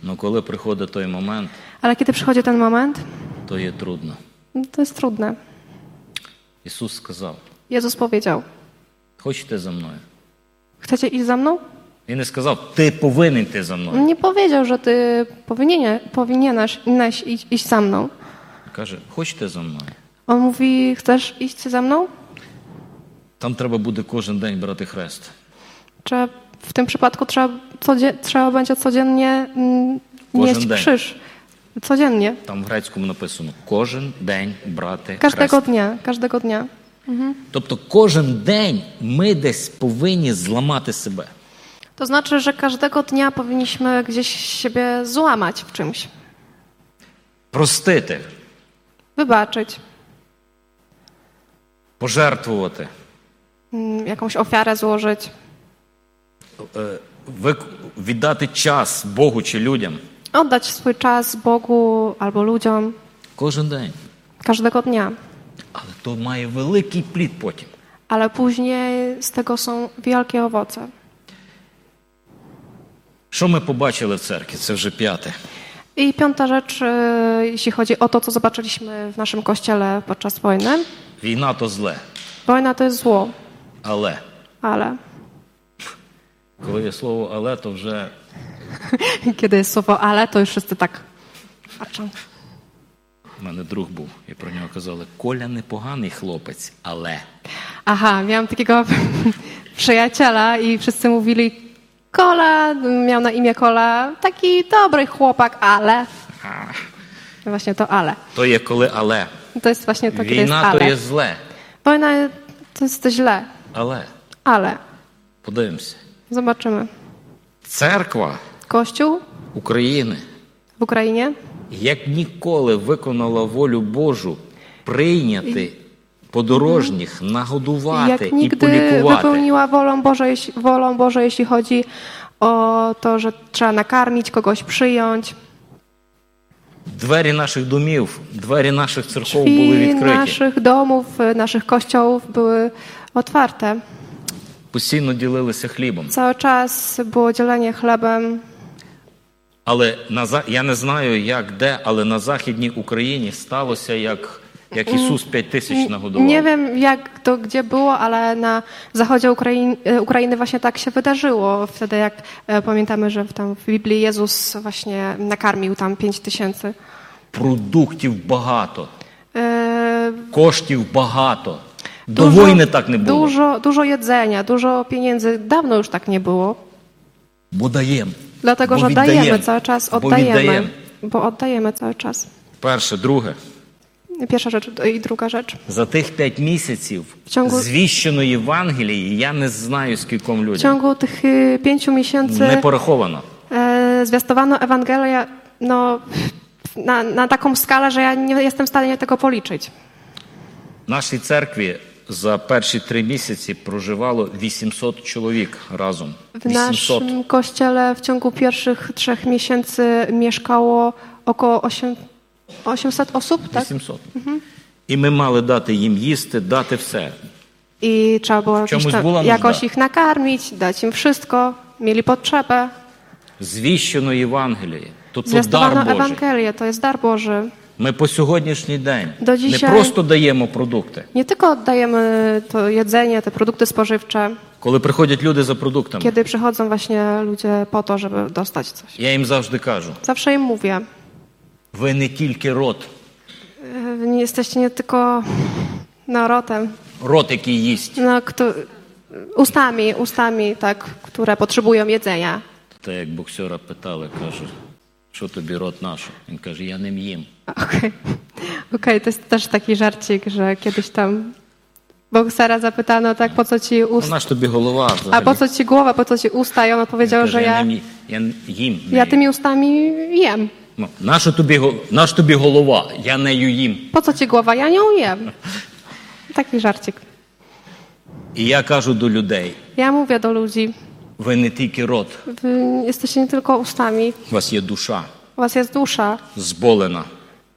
Ну коли приходить той момент, Ale kiedy przychodzi ten moment, то є трудно. no to jest trudne. Ісус сказав: Jezus powiedział: Хочете за мною? Chcecie iść za mną? Він не сказав, ти повинен йти за мною. Nie powiedział, że ty powinieneś, powinieneś iść, iść, iść za mną. Каже, хочете за мною? On mówi: Chcesz iść za mną? Там треба буде кожен день брати хрест. Czy w tym przypadku trzeba, codzie, trzeba będzie codziennie mm, Kłażę nieść dęb. krzyż? Codziennie. Там в грецькому написано кожен день брати Każdego хрест. dnia, każdego dnia. Тобто кожен день ми десь повинні зламати себе. To znaczy, że każdego dnia powinniśmy gdzieś siebie złamać w czymś, Простити, wybaczyć, пожертвувати, mm, jakąś ofiarę złożyć, е, вик- віддати час Богу чи людям. oddać swój czas Bogu albo ludziom Кожен день. każdego dnia. Але то має великий плід потім. Ale później z tego są wielkie owoce. Що ми побачили в церкві? Це вже p'яte. I piąta rzecz, e, jeśli chodzi o to, co zobaczyliśmy w naszym kościele podczas wojny. Війна то зле, Wojna to jest zło, але ale коли є слово але, то вже kiedy jest słowo ale, to już wszyscy tak patrzą. в мене друг був, і про нього казали: Коля непоганий хлопець, але Aha, miałam takiego przyjaciela i wszyscy mówili Kola, miał na imię Kola, taki dobry chłopak, ale... Właśnie to ale. то є коли але. To jest właśnie to, kiedy jest Війна то ale. є зле, Wojna to jest źle, але ale подивимося. zobaczymy. Церква Kościół України w Ukrainie як ніколи виконала волю Божу прийняти подорожніх, нагодувати jak і nigdy полікувати. wypełniła wolą Boże, jeś- wolą Boże, jeśli chodzi o to, że trzeba nakarmić, kogoś przyjąć. Двері наших домів, двері наших церков були I відкриті. naszych domów, y, naszych kościołów były otwarte. Постійно ділилися хлібом. Cały czas było dzielenie chlebem. Але на за- я не знаю, як де, але на Західній Україні сталося, як, як Ісус п'ять тисяч нагодував. Nie wiem jak to gdzie było, ale na zachodzie Ukrainy, Ukrainy właśnie tak się wydarzyło. Wtedy jak e, pamiętamy, że w- tam w Biblii Jezus właśnie nakarmił tam pięć tysięcy. Продуктів багато, E, коштів багато. До війни так не було. Dużo, dużo jedzenia, dużo pieniędzy. Dawno już tak nie było. Бо даємо. Dlatego, Bo że widajemy, dajemy cały czas, bo oddajemy. widajemy. Bo oddajemy cały czas. Перше, друге. Pierwsza rzecz i druga rzecz. За тих п'ять місяців В цьому- звіщено Євангелії, я не знаю скільком W людям. ciągu tych y, pięciu miesięcy Не пораховано. e, zwiastowano Ewangelię no, na, na taką skalę, że ja nie jestem w stanie tego policzyć. Нашій церкві за перші три місяці проживало 800 чоловік разом. W 800. naszym kościele w ciągu pierwszych trzech miesięcy mieszkało około 8, 800 osób, tak? 800. І ми мали дати їм їсти, дати все. I trzeba było jakoś, Czemuś tam, była nuda. jakoś ich nakarmić, dać im wszystko. Mieli potrzebę. Звіщено Євангеліє. То це Zwiastowano дар Божий. Ewangelię, to jest dar Boży. Ми по сьогоднішній день До не dzisiaj- просто даємо продукти. Nie tylko oddajemy to jedzenie, te produkty spożywcze, Коли приходять люди за продуktami, kiedy przychodzą właśnie ludzie po to, żeby dostać coś. я їм завжди кажу: Zawsze im mówię, ви не тільки рот, y, nie jesteście nie tylko narodem, рот, який їсть. no, kto, ustami, ustami, tak, które potrzebują jedzenia. Та як боксера питали, каже, що тобі рот наш? Він каже, я не їм. Okej, Okej, to jest też taki żarcik, że kiedyś tam boksera zapytano, tak, po co ci usta, Вона ж «Ну, тобі голова a взагалі. po co ci głowa, po co ci usta i on odpowiedział, Каже, że я, ja, не мі- я н- їм. не ja їм». tymi ustami jem. Ну, нащо тобі, гол- наш тобі голова, я нею їм. Po co ci głowa, ja nią jem. Taki żarcik. І я кажу до людей, Ja mówię do ludzi, ви не тільки рот, wy jesteście nie tylko ustami, у вас є душа u was jest dusza, зболена,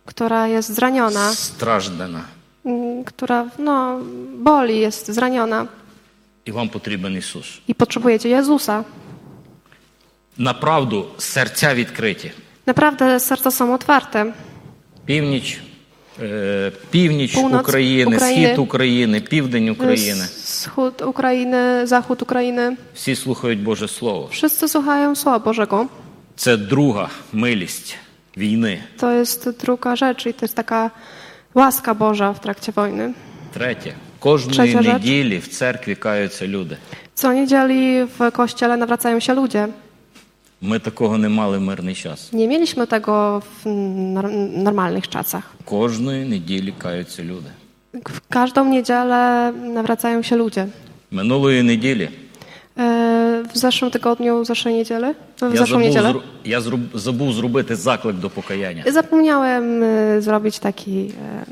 która jest zraniona, страждана. mm, która, no, boli, jest zraniona І вам потрібен Ісус. i potrzebujecie Jezusa. Направду серця відкриті. Naprawdę serca są otwarte. Північ, е, північ Północ України, України. схід України, південь України. Wschód Ukrainy, zachód Ukrainy. Всі слухають Боже Слово. Wszyscy słuchają Słowa Bożego. Це друга милість війни. To jest druga rzecz i to jest taka łaska Boża w trakcie wojny. Третє. Кожної Третя rzecz. неділі в церкві каються люди. Co niedzieli w kościele nawracają się ludzie. Ми такого не мали в мирний час. Nie mieliśmy tego w nor- normalnych czasach. Кожної неділі каються люди. W każdą niedzielę nawracają się ludzie. Минулої неділі E, W zeszłym tygodniu, w zeszłej niedzielę? No, W я, zeszłą забув, niedzielę. зру- я зру- забув зробити заклик до покаяння. Zapomniałem e, zrobić taki e,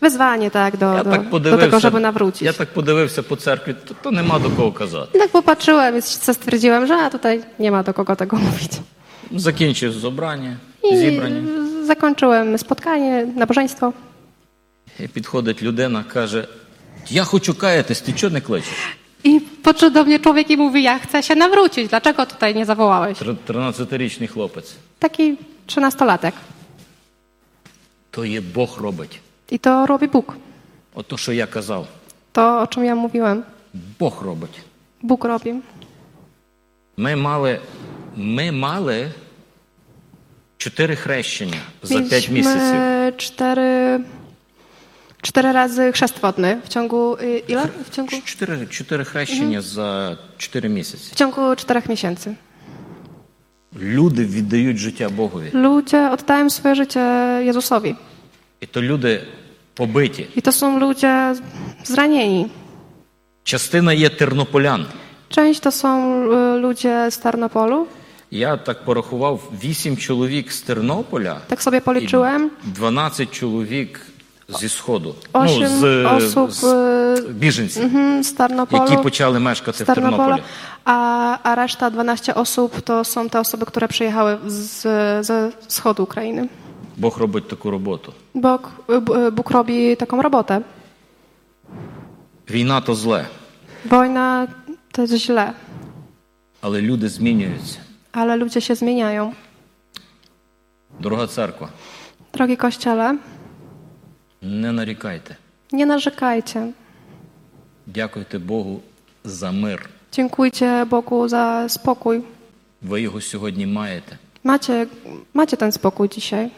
wyzwanie tak, do, Я do, tak do tego, żeby подивився, nawrócić. я tak podивився по церкві, то, то нема до кого казати. I tak popatrzyłem, więc stwierdziłem, że a, tutaj nie ma do kogo tego mówić. Закінчив зібрання, I зібрання. zakończyłem spotkanie, nabożeństwo. І підходить людина, каже: Я хочу каятись, ти чого не кличеш? I Podszedł do mnie człowiek i mówi, ja chcę się nawrócić, dlaczego tutaj nie zawołałeś? Tr- 13-річний chłopiec. Taki trzynastolatek. То є Бог робить. I to robi Bóg. От то, що я казав. To, o czym ja mówiłem. Бог робить. Bóg robi. Ми мали, ми мали чотири хрещення за п'ять місяців. Mieliśmy cztery, cztery razy chrzest wodny w ciągu y, ile? W ciągu, Чотири, чотири хрещення за чотири місяці. w ciągu czterech miesięcy. Люди віддають життя Богові. Ludzie oddają swoje życie Jezusowi. І то люди побиті. I to są ludzie zranieni. Частина є тернополян. Część to są y, ludzie z Tarnopolu. Я так порахував вісім чоловік з Тернополя Tak sobie і policzyłem. 12 чоловік зі Сходу. Ну, Osiem osób з y, біженців, mhm, z які Tarnopolu. почали мешкати Z в Tarnopola, Тернополі. a, a reszta 12 osób to są te osoby, które przyjechały z, ze wschodu Ukrainy. Бог робить таку роботу. Bóg, B- Bóg robi taką robotę. Війна то зле, Wojna to jest źle, але люди змінюються. ale ludzie się zmieniają. Дорога церква, Drogi Kościele, не нарікайте. nie narzekajcie. Дякуйте Богу за мир. Dziękujcie Bogu za spokój. Ви його сьогодні маєте. Macie, macie ten spokój dzisiaj.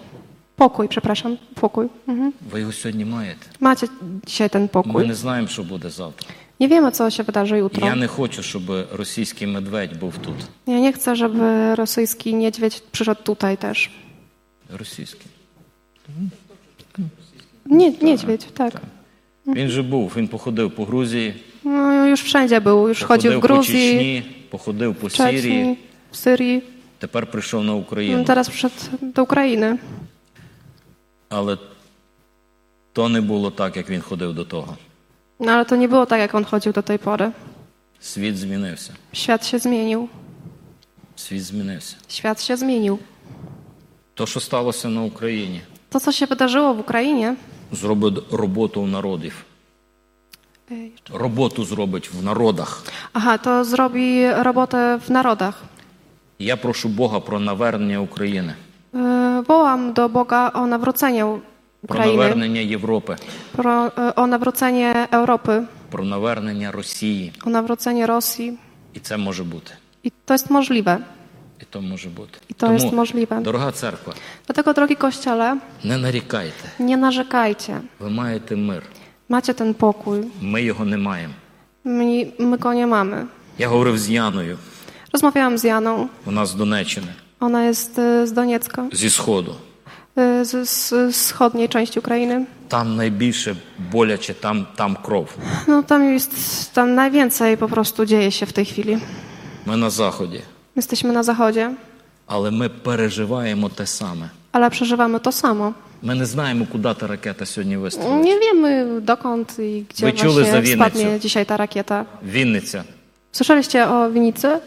Pokój, przepraszam, pokój. Mhm. Ви його сьогодні маєте. Macie dzisiaj ten Ми pokój. не знаємо, що буде завтра. Nie wiemy, co się wydarzy І jutro. я не хочу, щоб російський медведь був тут. Ja nie chcę, żeby rosyjski niedźwiedź przyszedł tutaj też. Російський. Nie, niedźwiedź, tak. Він же був, він походив по Грузії, No, już wszędzie był, już chodził походив w по Gruzji, Чечні, походив по w Сирії, Czeczni, w Syrii. тепер прийшов на No, Україну. Teraz przyszedł do Ukrainy. Але то не було так, як він ходив до того. No ale to nie było tak, jak on chodził do tej pory. Світ змінився. Świat się zmienił. Світ змінився. Świat się zmienił. То, що сталося на Україні, To, co się wydarzyło w Ukrainie, зробить роботу в народів. Ej, Роботу зробить в народах. aha, to zrobi robotę w narodach. Я прошу Бога про навернення України, Yy, Wołam do Boga o nawrócenie про Ukrainy, навернення Європи, pro, yy, o nawrócenie Europy, про навернення Росії. o nawrócenie Rosji. І це може бути. I to jest możliwe. І то може бути. I to jest możliwe. дорога церква, Dlatego, drogi Kościele, не нарікайте. nie narzekajcie. Ви маєте мир. Macie ten pokój. Ми його не маємо. My, my go nie mamy. Я говорив з Яною, Rozmawiałam z Janą. вона з Донеччини, Ona jest yy, z Doniecka. зі Сходу. y, z, z wschodniej części Ukrainy. Там найбільше боляче, там, там krov. No tam jest, tam najwięcej po prostu dzieje się w tej chwili. Ми на заході, Jesteśmy na zachodzie, але ми переживаємо те саме. ale przeżywamy to samo. Ми не знаємо, куди та ракета сьогодні вистрілила. Nie wiemy dokąd i gdzie Wyciuli za właśnie Wienecją. spadnie dzisiaj ta rakieta. Вінниця. Słyszeliście o Winicy?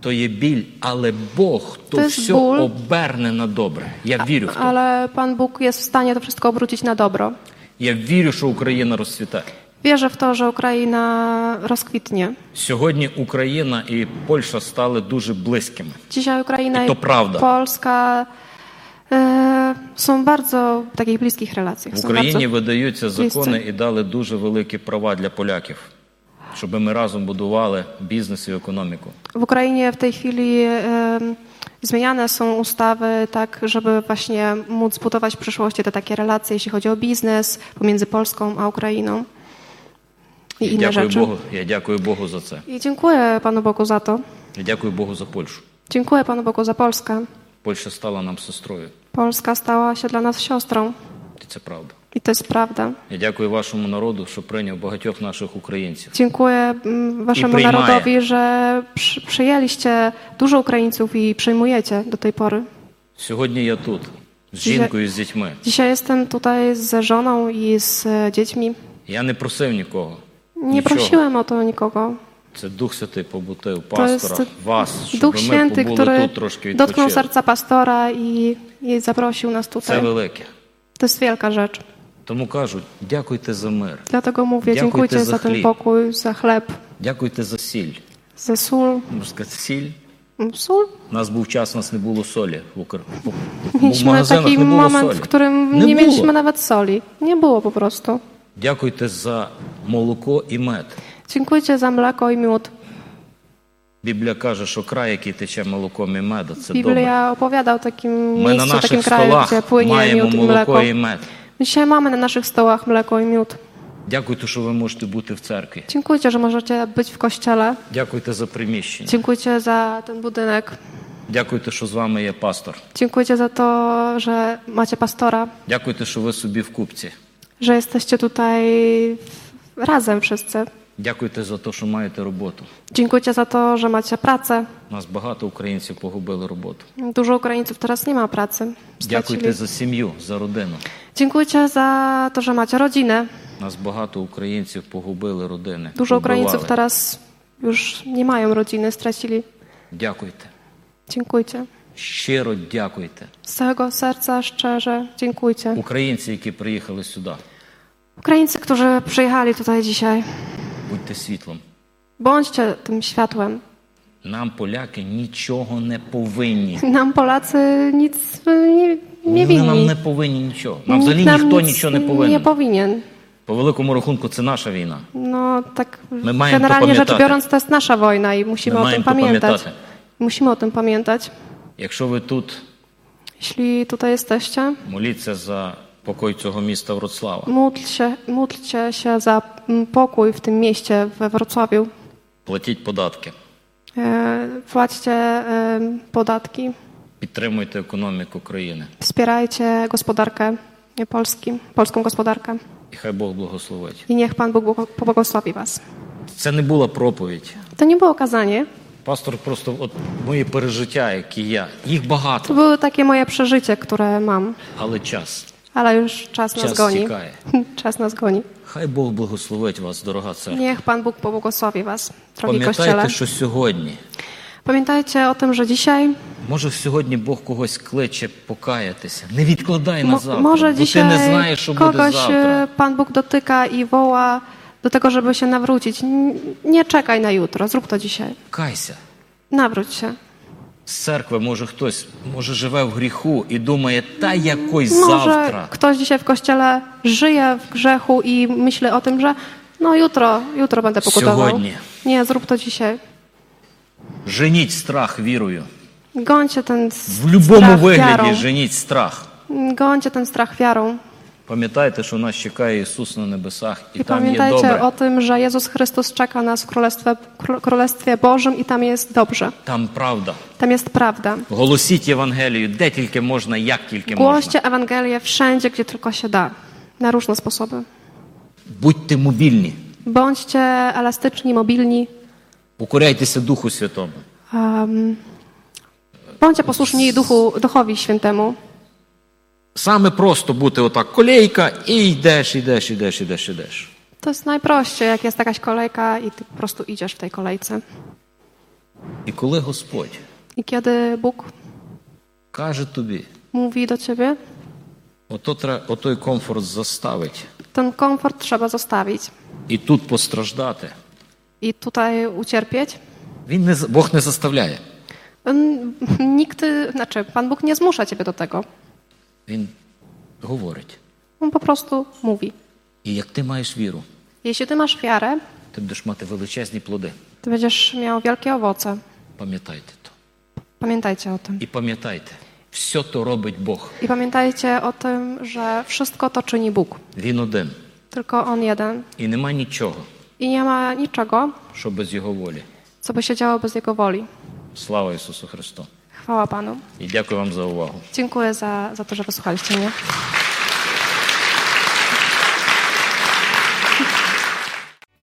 То є біль, але Бог то Це все боль. оберне на добре. Я вірю в то. Ale Pan Bóg jest w stanie to wszystko obrócić na dobro. Я wierzę, що Україна розцвітає. Wierzę w to, że Ukraina rozkwitnie. Сьогодні Україна і Польща stali дуже близькими. Dzisiaj Ukraina I i, to prawda. Polska y, są bardzo w takich bliskich relacjach. В Są bardzo Україні видаються закони Місце. і дали дуже великі права для поляків, щоб ми разом будували бізнес і економіку. W Ukrainie w tej chwili em, zmieniane są ustawy tak, żeby właśnie móc budować w przyszłości te takie relacje, jeśli chodzi o biznes pomiędzy Polską a Ukrainą i, Я inne дякую rzeczy. Богу. Я дякую Богу за це. I dziękuję Panu Bogu za to. Я дякую Богу за Польщу. Dziękuję Panu Bogu za Polskę. Польща стала нам сестрою. Polska stała się dla nas siostrą І Це правда. i to jest prawda. Я дякую вашому народу, що прийняв багатьох наших українців. Dziękuję mm, Waszemu I przyjmaję. narodowi, że przy, przyjęliście dużo Ukraińców i przyjmujecie do tej pory. Сьогодні я тут з жінкою, з дітьми. Dzisiaj jestem tutaj ze żoną i z e, dziećmi. Я не просив нікого. Nie Нічого. prosiłem o to nikogo. Це Дух Святий побутив To jest пастора, вас, щоб Duch ми Święty, побули który тут трошки dotknął відпочили. serca pastora i, i zaprosił nas Це tutaj. велике. To jest wielka rzecz. Тому кажуть, дякуйте за мир, Dlatego mówię, Dziękuję dziękujcie też za za ten chleb. pokój, za chleb, дякуйте за сіль. za sól. Mm, Можна сказати, сіль. Sól? У нас був час, у нас не було солі. В, Укр... в Mieliśmy магазинах taki не було moment, солі. w którym не nie було. mieliśmy nawet soli. Nie było po prostu. Дякуйте за молоко і мед. Dziękujcie za mleko i miód. Біблія каже, що край, який тече молоком і медом, це добре. Biblia opowiada o takim Ми на miejscu, takim наших kraju, столах gdzie płynie маємо miód i mleko. молоко і мед. Dzisiaj mamy na naszych stołach mleko i miód. Дякуйте, що ви можете бути в церкві. Dziękujcie, że możecie być w kościele. Дякуйте за приміщення. Dziękujcie za ten budynek. Дякуйте, що з вами є пастор. Dziękujcie za to, że macie pastora, Дякуйте, що ви собі w kupці. że jesteście tutaj razem wszyscy. Дякуйте за те, що маєте роботу. Dziękujcie za to, że macie pracę. У Нас багато українців погубили роботу. Dużo Ukraińców teraz nie ma pracy. Дякуйте Stracili. за сім'ю, за родину. Dziękujcie za to, że macie rodzinę. У Нас багато українців погубили родини. Dużo Ukraińców вбивали. teraz już nie mają rodziny, stracili. Дякуйте. Dziękujcie. Щиро дякуйте. Z całego serca, szczerze, dziękujcie. Українці, які приїхали сюди, Ukraińcy, którzy przyjechali tutaj dzisiaj, будьте світлом. bądźcie tym światłem. Нам поляки нічого не повинні. Nam Polacy nic y, nie, nie Вони нам winni. не повинні нічого. Нам Nikt взагалі nam ніхто nic нічого не Nie повинен. powinien. По великому рахунку, це наша війна. No tak My mają generalnie to rzecz pamiętać. biorąc to jest nasza wojna i musimy My o mają tym to pamiętać. pamiętać. Musimy o tym pamiętać. Якщо ви тут, Jeśli tutaj jesteście, моліться за покой цього mista Wrocława. módl się, módlcie się za mm, pokój w tym mieście we Wrocławiu. Платіть податки, E, Płaćcie e, podatki, підтримуйте економіку країни. wspierajcie gospodarkę Polski, polską gospodarkę І хай Бог благословить. i niech Pan Bóg błogo- pobłogosławi Was. Це не була проповідь. To nie było kazanie, Пастор, просто от мої пережиття, які я. Їх to багато, były takie moje przeżycie, które mam, але час. ale już czas nas Czas goni. ciekaje. Czas nas goni. Хай Бог благословить вас, дорога церква. Niech Pan Bóg pobłogosławi Was, drogi Kościele. Пам'ятайте, що сьогодні, Pamiętajcie o tym, że dzisiaj, може, сьогодні Бог когось кличе покаятися. Не відкладай mo- на завтра, może бо ти dzisiaj не знаєш, що буде kogoś завтра. e, Pan Bóg dotyka i woła do tego, żeby się nawrócić. N- Nie czekaj na jutro, zrób to dzisiaj. Кайся. Nawróć się. З церкви може хтось, може, живе в гріху і думає, та якось Może завтра. ktoś dzisiaj w kościele żyje w grzechu i myśli o tym, że no jutro, jutro będę pokutował. Сьогодні. Nie, zrób to dzisiaj. Женіть страх вірою. Gońcie ten s- В будь-якому strach wiarą. вигляді женіть страх. Gońcie ten strach wiarą. Пам'ятайте, що нас чекає Ісус на небесах, і, I там є добре. pamiętajcie o tym, że Jezus Chrystus czeka nas w Królestwie, Kró- Królestwie Bożym i tam jest dobrze. Там правда. Tam jest prawda. Голосіть Євангелію, де тільки можна, jak тільки можна. Głoście Ewangelię wszędzie, gdzie tylko się da. Na różne sposoby. Будьте мобільні, Bądźcie elastyczni, mobilni. покоряйтеся Духу Святому. em, bądźcie posłuszni Duchu, Duchowi Świętemu. Саме просто бути отак колейка, і йдеш, йдеш, йдеш, йдеш, йдеш. To jest najprościej, jak jest jakaś kolejka i ty po prostu idziesz w tej kolejce. І коли Господь I kiedy Bóg каже тобі, mówi do ciebie, ото тре- отой комфорт заставить, ten komfort trzeba zostawić і тут постраждати. i tutaj ucierpieć. Він не з- Бог не заставляє. N- Nikt, znaczy Pan Bóg nie zmusza ciebie do tego. Він говорить. On po prostu mówi. І як ти маєш віру, Jeśli ty masz wiarę, ти будеш мати величезні плоди. ty będziesz miał wielkie owoce. Пам'ятайте то. Pamiętajcie o tym. І пам'ятайте, все то робить Бог. I pamiętajcie o tym, że wszystko to czyni Bóg. Він один. Tylko On jeden. І нема нічого, I nie ma niczego, що bez Його волі. co by się działo bez Jego woli. Слава Ісусу Христу! Chwała Panu. І дякую вам за увагу. Dziękuję za, za to, że wysłuchaliście mnie.